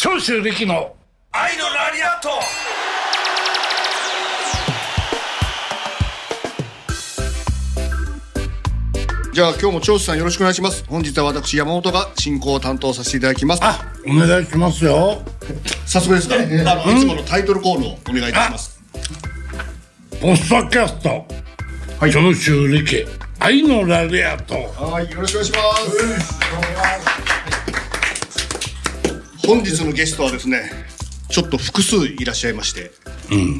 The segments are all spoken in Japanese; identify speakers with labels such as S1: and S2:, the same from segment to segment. S1: 長州力の
S2: 愛のラリアット
S3: じゃあ今日も長州さんよろしくお願いします本日は私山本が進行を担当させていただきます
S1: あお願いしますよ
S3: 早速ですが、あのいつものタイトルコールをお願いいたします
S1: ポストキャスト、はい、長州力愛のラリアット
S3: はいよろしくお願いします本日のゲストはですねちょっと複数いらっしゃいまして、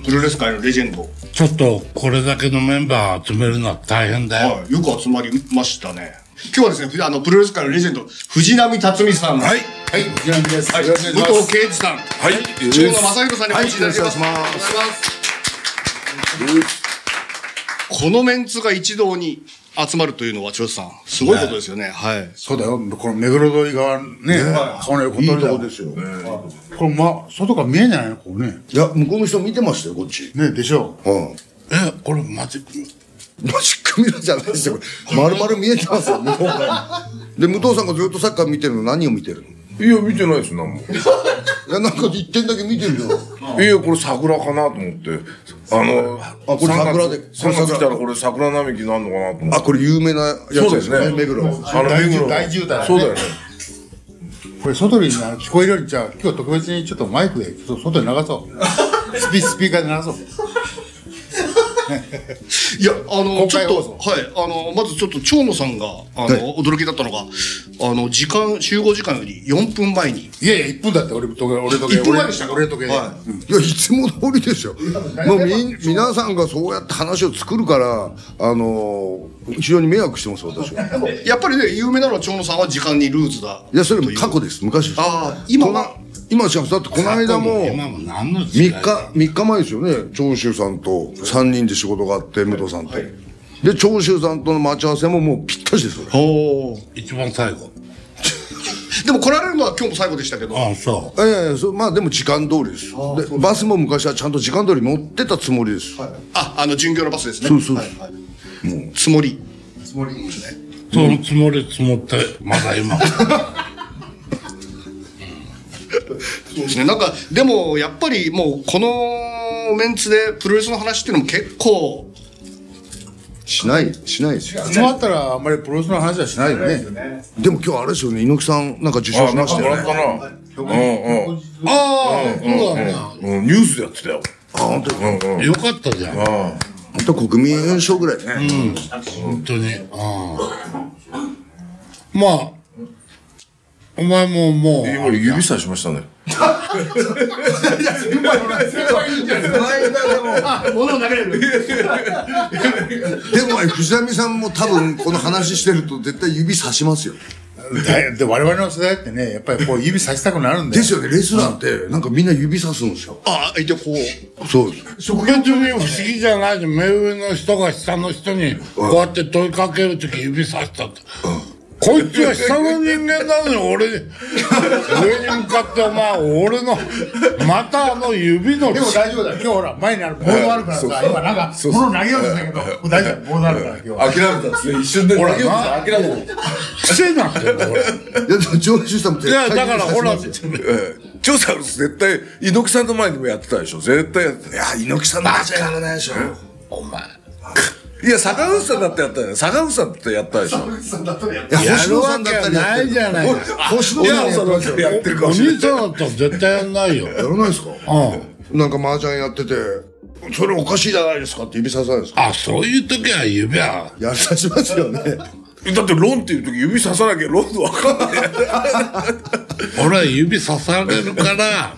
S3: プロレス界のレジェンド、
S1: ちょっとこれだけのメンバー集めるのは大変だよ、
S3: はい、よく集まりましたね今日はですねふあのプロレス界のレジェンド藤波辰巳さんはい
S4: はい、ジラミです。よろしくお
S3: 武
S4: 願い
S3: 藤
S4: します。
S3: 敬司さん
S4: はい、
S3: 長野正弘さんにお越しいただきます,、
S4: はいよろしくお願いし
S3: このメンツが一堂に集まるというのは長州さんすごいことですよねはい
S4: そうだよ、この目黒通り側ね、この横通り
S5: いいと
S4: だ
S5: こ
S4: よ
S5: ですよ。
S4: これま、外から見えないのこうね。
S5: いや、向こうの人見てましたよ、こっち。
S4: ね、でしょ
S5: うん。
S1: えこれマジック
S5: マジックミラーじゃないですよ。まるまる見えてますよ、向こうから。で、武藤さんがずっとサッカー見てるの何を見てるのい
S6: いや、見てないです、何も。
S5: や、なんか一点だけ見てるよ。
S6: いや、これ桜かなと思って。あの、あ、
S5: これ桜で
S6: 3
S5: これ
S6: 月
S5: 桜
S6: 来たらこれ桜並木なんのかなと思
S5: あ、
S6: って。
S5: これ有名なやつです
S6: そう
S5: ね、
S6: ですね
S5: 目黒。
S6: あの、目黒の
S4: 大渋滞だね
S6: そうだよね。
S4: う。これ外にあの聞こえるように、じゃあ今日特別にちょっとマイクで、ちょっと外に流そう。スピ、スピーカーで流そう。
S3: いや、あの、
S4: 公
S3: ちょっ
S4: 開放送
S3: と、はい、あの、まずちょっと、蝶野さんが、あの、驚きだったのが、あの、時間、集合時間より4分前に、
S4: いやいや、1分だって俺、時計、俺時計。
S3: 一分前でしたか
S4: 俺時計で。
S5: いや、いつも通りですよ。もうみん、皆さんがそうやって話を作るから、あのー、非常に迷惑してます、私は。
S3: やっぱりね、有名なのは蝶野さんは時間にルーズだ。
S5: いや、それも過去です、昔です。
S3: ああ、今
S5: こ
S3: は
S5: な、今違うだってこの間も、
S1: 今も何の時
S5: 3
S1: 代
S5: 日、三日前ですよね。長州さんと3人で仕事があって、武藤さんと。で、長州さんとの待ち合わせももうぴったしですよ。
S3: おー
S1: 一番最後
S3: でも来られるのは今日も最後でしたけど、
S1: ああそ
S5: いやいや、そうまあでも時間通りです。で、バスも昔はちゃんと時間通り乗ってたつもりです。
S3: あ、あの、巡業のバスですね。
S5: そうそう
S3: はいはいつもり。
S1: うそのつもり積もってまだ 今も
S3: そうですね。なんか、でも、やっぱりもう、このメンツでプロレスの話っていうのも結構、
S5: しない、しないですよ。
S4: そのあったら、あんまりプロレスの話はしないよね。
S5: でも今日あれですよね、猪木さんなんか受賞
S6: あ、
S5: しま
S6: なん
S5: し
S6: か
S5: た
S6: も
S5: よ
S6: らっ
S5: ね。
S6: たな。うんうん。
S1: ああそうだね
S6: うん、ニュースでやってたよ。
S5: あ、本当に。
S1: よかったじゃん
S5: 本当国民賞ぐらいね。
S1: 本当にああまあお前ももう
S6: 今俺指さしましたね。
S5: でも、藤波さんも多分この話してると絶対指さしますよ。
S4: だで、我々の世代ってね、やっぱりこう指さしたくなるんだ
S5: で
S4: よ。
S5: すよね、レスラーってなんかみんな指さすんですよ。
S3: ああ、相手こう。
S5: そうです。
S1: 職業的に不思議じゃないで目上の人が下の人にこうやって問いかけるとき指さしたって、こいつは下の人間なのに俺に上に向かってお前俺のまたあの指の
S4: でも大丈夫だよ。今日ほら、前にあるボードあるからさ、今なんか、物投げようとしたけど、もう大丈夫、ボードあるから今日は。
S6: 諦めたんですね、一瞬で。ほら、諦めた。
S1: 癖になってる俺
S5: いや、でも長州さんも
S1: い
S5: 絶対
S1: やだから
S5: 指さします
S1: ほら
S5: よ
S6: 調査絶対、猪木さんの前にもやってたでしょ。絶対やってた。いや、猪木さんの話はやらないでしょ。
S1: お前
S6: いや、坂口さんだってやったよ。坂口さんだってやったでしょ。
S5: いや、
S1: や
S5: 星
S1: る
S5: 野さ
S1: わ
S5: ん
S1: け
S5: だったりやっ
S1: な
S5: て
S1: い
S5: る。
S1: じゃないか
S5: 星野
S6: い
S5: さん
S6: や、
S5: や
S6: そ
S5: って
S6: の
S5: る。
S6: やってるか
S1: お
S6: もしれない。
S1: 兄さんだったら絶対やんないよ
S5: やらないですか
S1: うん
S5: なんか麻雀やってて、それおかしいじゃないですかって指ささないですか
S1: あそういう時は指は
S5: やらさしますよね。
S6: だってロンっていう時指ささなきゃロンわかんない。
S1: 俺は指刺されるから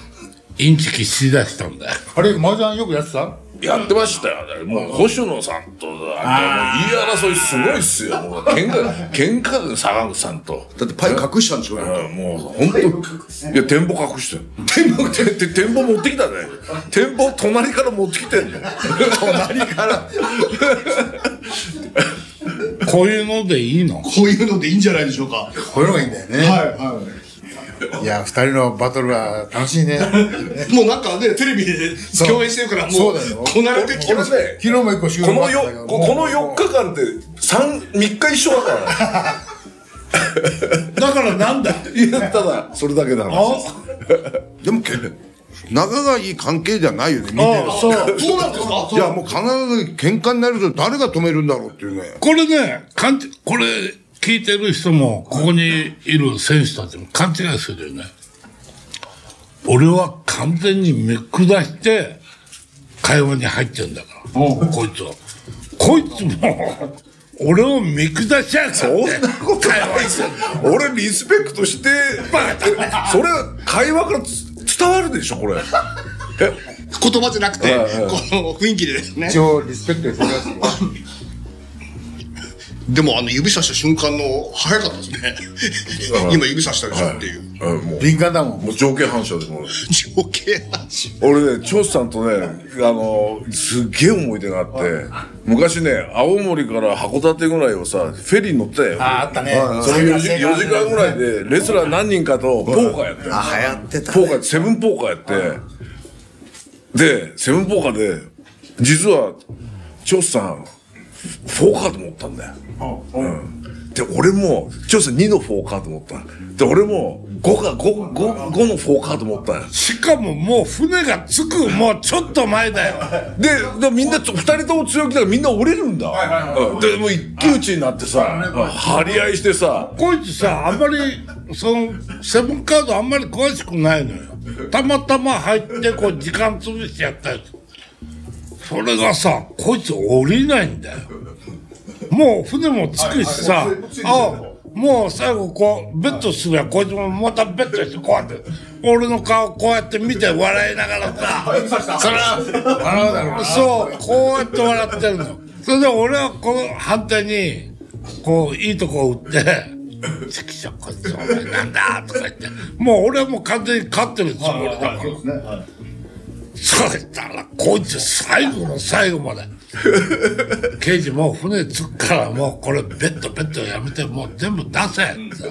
S1: インチキしだしたんだよ
S4: あれ、麻雀よくやってた
S6: やってましたよ。もう星野さんと、あともう言い争いすごいっすよ。もう喧嘩、喧嘩で坂口さんと。
S5: だってパイ隠したんでしょうね。
S6: うんもう本当いや、店舗隠してる。店舗、てて店舗持ってきたね。店舗隣から持ってきてんね。隣から。
S1: こういうのでいいの
S3: こういうのでいいんじゃないでしょうか。
S4: こういうのがいいんだよね。はい、はい。いや、二人のバトルは楽しいね。
S3: もうなんかね、テレビで
S4: そう
S3: 共演してるから、も
S4: そ
S3: う
S4: うだよ、
S3: こなれてきてます。
S6: 俺ね、
S4: 昨日も一個収
S6: こ
S4: 録
S6: の
S4: あったんだけ
S6: よ
S4: ど
S6: ここの4日間って3、3日一緒だから。
S1: だからなんだ
S6: いや、ただ、それだけだ話です。
S5: でもけ仲がいい関係じゃないよね見てる
S1: あそう
S3: そうなんですか
S5: いやもう必ず喧嘩になると誰が止めるんだろうっていうね
S1: これね勘違いこれ聞いてる人もここにいる選手たちも勘違いするよね俺は完全に見下して会話に入ってんだからこいつはこいつも俺を見下しやがって
S6: そんなことないですよ俺リスペクトしてそれ会話からつ伝わるでしょ これ
S3: 言葉じゃなくて、この雰囲気でですね
S4: 一。応リスペクトにするやつよ
S3: でもあの指さした瞬間の早かったですね。今指さしたでしょっていう。
S6: あもう
S4: 敏感だもん
S6: もう条件反射でもう
S3: 情景話。
S6: 俺ね長さんとねあのすっげえ思い出があって昔ね青森から函館ぐらいをさフェリー乗ってたよ
S2: ああったね
S6: その 4, 時4時間ぐらいでレスラー何人かとポーカーやってる
S2: あ流行ってた
S6: ポーカーセブンポーカーやってでセブンポーカーで実はチョスさんフォーカード持ったんだよ、うん、で俺もチョスさん2のフォーカード持ったで俺も5か 5, 5, 5のフォーカード持ったよ
S1: しかももう船が着くもうちょっと前だよ
S6: ででみんなちょ二人とも強気だからみんな折れるんだ、うんでもう一騎打ちになってさ張り合いしてさ
S1: こいつさあんまりそのセブンカードあんまり詳しくないのよたまたま入ってこう時間潰してやったやつそれがさこいつ降りないんだよもう船も着くしさ、あもう最後こうベッドするやこいつもまたベッドしてこうやって俺の顔こうやって見て笑いながらさそれはそうこうやって笑ってるのそれで俺はこの反対にこういいとこ打って「ちくしょうこいつお前なんだ」とか言ってもう俺はもう完全に勝ってるつもりだから。そしたら、こいつ最後の最後まで。刑事もう船着くからもうこれベッドベッドやめてもう全部出せってさ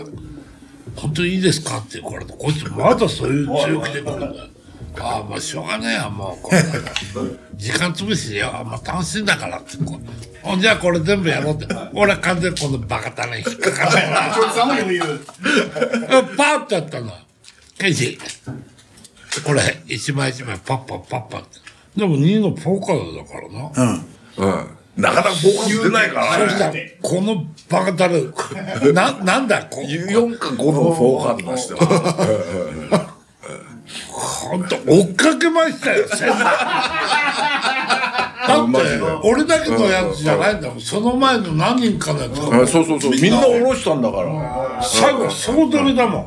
S1: 本当にいいですかって言うからこいつまだそういう強気で来るんだよああまあしょうがねえやもうこれ時間潰しよあんまあ楽しいんだからってこうほんじゃあこれ全部やろうって俺は完全にこのバカ種に引っかかった
S2: ちょっと寒いも言う
S1: パーってやったの。ケンジ、これ、一枚一枚パッパッパッパって。でも2のポーカーだからな。
S6: うんなかなかフォーカー出ないから
S1: そしたら、このバカだる、な、なんだ、こ、
S6: 4か5のフォーカード出してた
S1: ほんと、追っかけましたよ、先生。だって
S6: マジで、
S1: 俺だけのやつじゃないんだもん。その前の何人かのやつ。
S6: うんそうそうそうみんな下ろしたんだから
S1: 最後、総取りだもん。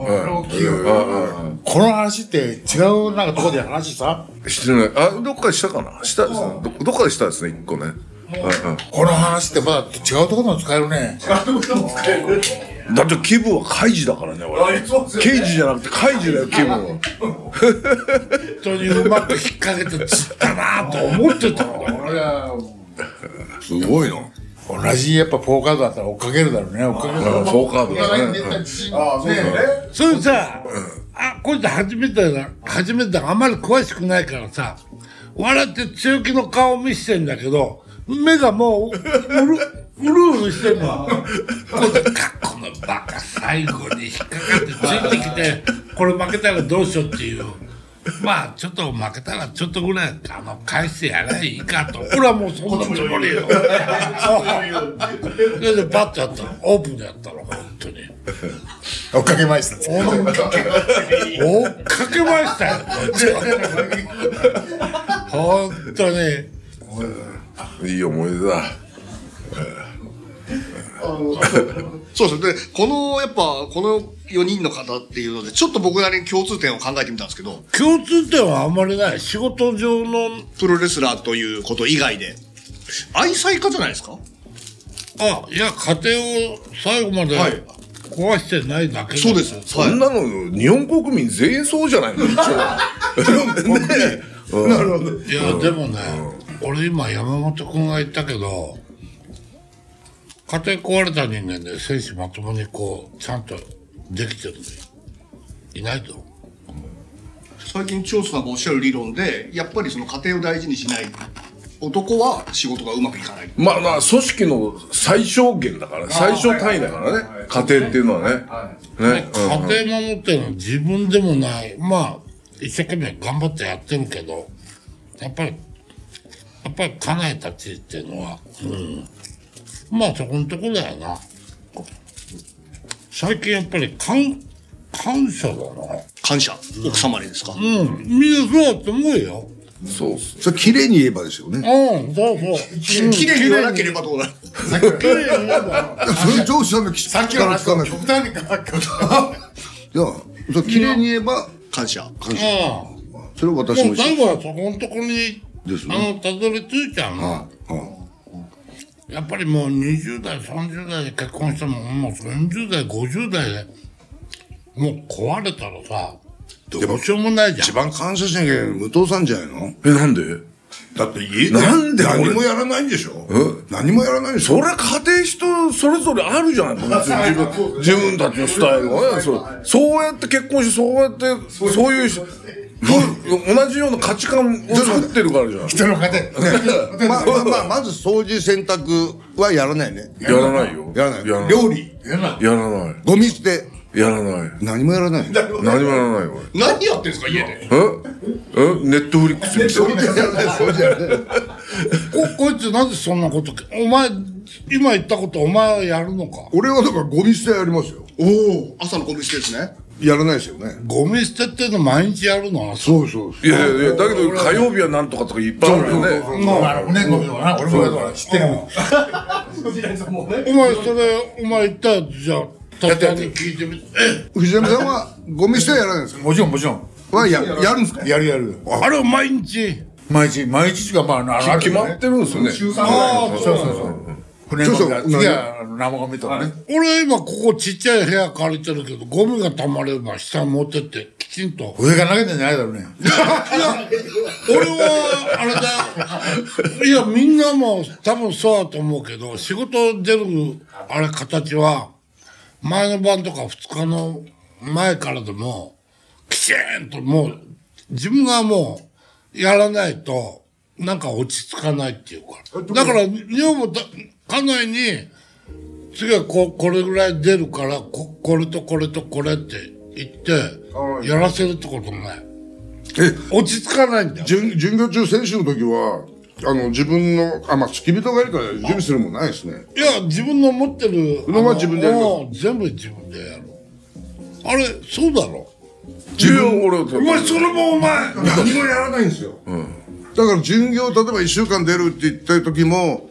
S4: この話って違うなんかとこで話さ
S6: してないあどっかでしたかなしたどどっかでしたですね一個ね
S4: この話ってまだ違うとこでも使えるね
S6: だって気分はカイジだからね俺刑事じゃなくてカイジだよ気分は
S1: 本当にうまく引っ掛けて釣ったなと思ってたの。
S5: すごいな
S4: 同じやっぱポーカードだったら追っかけるだろうね追っかけるだろ
S6: うんフォーカードだね
S4: うね
S1: それさ、あ、こいつ初めてだ、初めてだからあまり詳しくないからさ、笑って強気の顔を見せてんだけど、目がもう、うる、うるうるしてんの。こいつ、かこのバカ最後に引っかかってついてきて、これ負けたらどうしようっていう。まあ、ちょっと負けたらちょっとぐらい、あの、返してやればいいかと。俺はもうそんなつもりよ。それで、バッとやったの。オープンでやったの、本当に。
S4: 追っかけました
S1: 追っかけましたよ。本当に。
S6: いい思い出だ
S3: そうですね。で、この、やっぱ、この4人の方っていうので、ちょっと僕なりに共通点を考えてみたんですけど、
S1: 共通点はあんまりない。仕事上の、
S3: プロレスラーということ以外で、愛妻家じゃないですか
S1: あ、いや、家庭を最後まで
S3: はい
S1: 壊してないだけ、
S3: そうです。。
S6: そんなの日本国民全員そうじゃな い の一応ねなるほど
S1: いや、でもね、俺今山本君が言ったけど、家庭壊れた人間で選手まともにこう、ちゃんとできてるのいないと。
S3: 最近長さんがおっしゃる理論でやっぱりその家庭を大事にしない男は仕事がうまくいかない
S6: まあまあ組織の最小限だから最小単位だからね家庭っていうのはねねうん
S1: 家庭守ってるのは自分でもない。まあ、一生懸命頑張ってやってるけど、やっぱり、やっぱり家内たちっていうのは、うん。まあそこのとこだよな。最近やっぱり感、感謝だな。
S3: 感謝。奥様にですか、
S1: うん。みんなそうだと思うよ。
S5: そうそれ綺麗に言えばですよね
S1: うん、そうそう。
S3: 綺麗に言わなければどうなる
S1: 綺麗に言えば
S5: それ上司さんのき
S4: さっきの話
S5: 聞か
S4: が
S5: ないとい
S4: 極端に変わった。
S5: やそれ綺麗に言えば
S3: 感謝。
S1: う
S5: それは私
S1: ん。も
S5: の
S1: う最後はそこのとこに、
S5: ですね
S1: あの、たどり着いちゃうの。
S5: はいはい
S1: やっぱりもう20代、30代で結婚しても、もう40代、50代で、もう壊れたらさ、どうしようもないじゃん
S5: 一。番感謝しなきゃいけないの武藤さんじゃないの
S6: え、なんで
S5: だって家で
S6: なんで俺
S5: 何もやらないんでしょ何もやらないんでし
S6: そ
S5: ょ
S6: れ家庭人それぞれあるじゃない別に自分自分たちのスタイルはねそうそうやって結婚してそうやってそういう人同じような価値観を作ってるからじゃん
S4: 人の家庭。
S5: まま ままず掃除洗濯はやらないね
S6: やらないよ
S5: やらない
S6: やらない
S5: 料理
S6: やらない
S5: ゴミ捨て
S6: やらない
S5: 何もやらないの
S6: 何もやらないよ
S3: 何やってんですか、家で。
S6: 俺ええネットフリックス見て
S5: 掃除やらない掃除やらない
S1: こ、こいつなぜそんなこと、お前、今言ったことお前はやるのか。
S5: 俺はだからゴミ捨てやりますよ
S3: おお朝のゴミ捨てですね。
S5: やらないですよね
S1: ゴミ捨てっての毎日やるの
S5: そうそう
S6: いやいやいやだけど火曜日はなんとかとかいっぱいあるよね
S4: もう、あの、ね、ゴミとかな、俺もだから知ってるもん。
S1: お前それ、お前言ったやつじゃあ、たたに聞いてみて、え、
S5: 藤波さんはゴミ捨てはやらないん ですか
S4: もちろん、もちろん。
S5: はややるんですか
S4: やるやる。
S1: あれは毎日、
S4: 毎日、毎日がまあ、あの、ある
S6: 決まってるんですよね
S4: ああ、そうそうそう。船乗りが、
S5: そうそう
S4: 次はあの生ゴミとかね。
S1: 俺今ここちっちゃい部屋借りてるけど、ゴミが溜まれば下に持ってって、きちんと。
S4: 上が投げてんじゃないだろうね。
S1: 俺は、あれだよ。いや、みんなも多分そうだと思うけど、仕事出る、あれ、形は、前の晩とか2日の前からでも、きちんともう、自分がもう、やらないと、なんか落ち着かないっていうか。だから、女房だ、家内に、次はここれぐらい出るからこ、これとこれとこれって言って、やらせるってこともない。
S5: え
S1: 落ち着かないんだよ。
S5: 巡巡業中選手の時はあの自分のあまあ付き人がいるから準備するもんないですね
S1: いや、自分の持ってる。
S5: のは自分でやるの
S1: あの全部自分でやる。あれ、そうだろ。
S6: 自分俺お
S1: お前、それもお前。
S5: 何もやらないんですよ、だから巡業例えば1週間出るって言った時も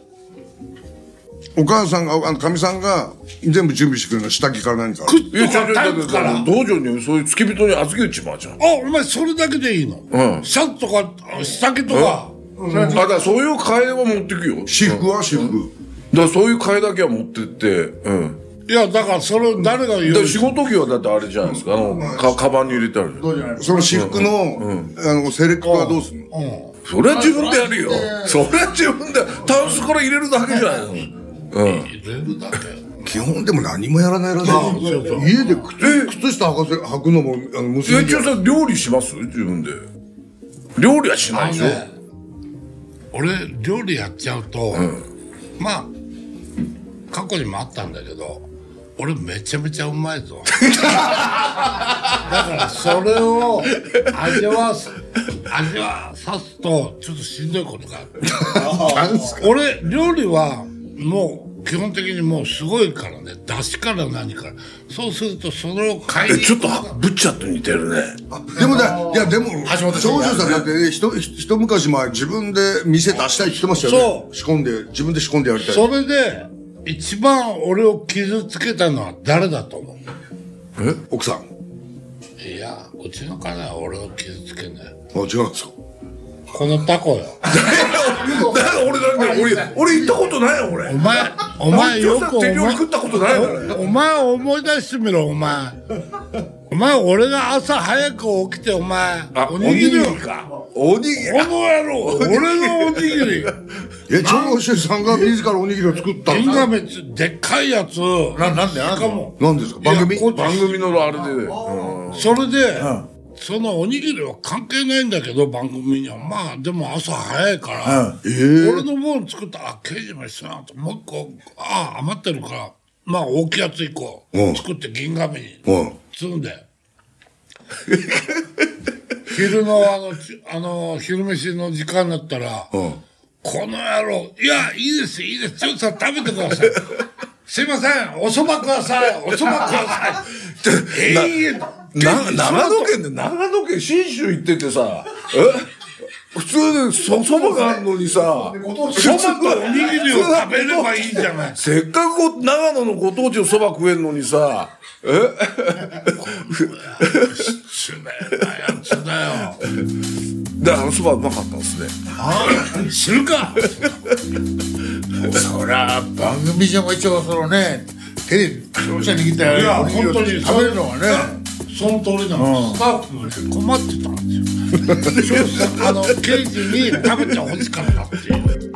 S5: お母さんがあのかみさんが全部準備してくれるの下着から何から
S6: いやちょちょち
S1: タンク
S6: ょち
S1: から
S6: ょ道場にそういう付き人に預け打ちまうじゃん
S1: あ、お前、それだけでいいの。
S6: うん
S1: シャツとか、あ酒とか。
S6: あ、だからそういう替えは持ってくよ。
S5: 私服は私服、
S6: だからそういう替えだけは持ってって、うん。
S1: いや、だから、それを誰が言
S6: だか
S1: う
S6: ら仕事着はだってあれじゃないですか。あの、か、カバンに入れてあるじゃん。
S5: その私服の,、あのセレクトはどうするの、
S6: それは自分でやるよ。それは自分で、タンスから入れるだけじゃないの。うん。
S1: 入れるだけ。
S5: 基本でも何もやらないらしいですよ家で靴靴下履かせ履くのもあの娘
S6: え、
S5: に
S6: ちょ、さん料理します自分で。料理はしないでしょ
S1: ね俺、料理やっちゃうと、まあ、過去にもあったんだけど、俺めちゃめちゃうまい ぞ。だからそれを味わす、味わさすと、ちょっとしんどいことがある。
S5: なんすか
S1: 俺料理はもう基本的にもうすごいからね出汁から何からそうするとそれを買い
S6: え、
S1: に
S6: ちょっと、ブッチャーと似てるね。
S5: でもね、いやでも、長州さんだってね、ひと、ひ一昔前自分で店出したいって言ってましたよね
S1: そ。
S5: 仕込んで、自分で仕込んでやりたい。
S1: それで一番俺を傷つけたのは誰だと思
S5: 奥さん。あ、
S1: ういやうちの家内は俺を傷つけない
S5: 違うんですか
S1: このタコよ
S6: だから 俺だって、俺、俺行ったことないよ、俺
S1: お。 前お前よくお
S6: 手
S1: 前
S6: 料理食ったことないから。
S1: お前を思い出してみろお前お前俺が朝早く起きてお前
S6: あ
S1: おにぎりを
S6: おにぎりかおにぎり。
S1: この野郎俺のおにぎ り
S5: え、長州さんが自らおにぎりを作ったん
S1: 銀
S5: ですか
S1: 河別でっかいやつ
S4: な、なんでなん
S1: し
S4: で
S1: かも
S5: 何ですか番組
S1: いやこ
S6: 番組のあれで、うん
S1: それで、そのおにぎりは関係ないんだけど番組にはまあでも朝早いから、俺の分作ったあ刑事飯なともう一個あ余ってるからまあ大きいやつ一個
S5: うん
S1: 作って銀紙に
S5: うん。
S1: 積んで、 昼のあの、ちあの、昼飯の時間だったら、
S6: うん
S1: この野郎、いや、いいです、いいです、ちょっと食べてください。 すいません、おそばください、おそばくださ い。
S6: な
S1: 永遠
S6: な長野県で長野県信州行っててさえ普通 でそそばがあるのにさ
S1: そばとおにぎりを食べればいいじゃない。
S6: せっかくこ長野のご当地のそば食えんのにさ
S1: 失礼なやつだよ。
S6: であのそばうまかったんですね
S1: 知るか
S4: そりゃ番組でも一応そのね手でお茶握った
S1: いや
S4: おにぎりを
S1: 本当に
S4: 食べるのはね
S1: その通りなの、スタッフもね困ってたんですよあの刑事に食べてほしかったっていう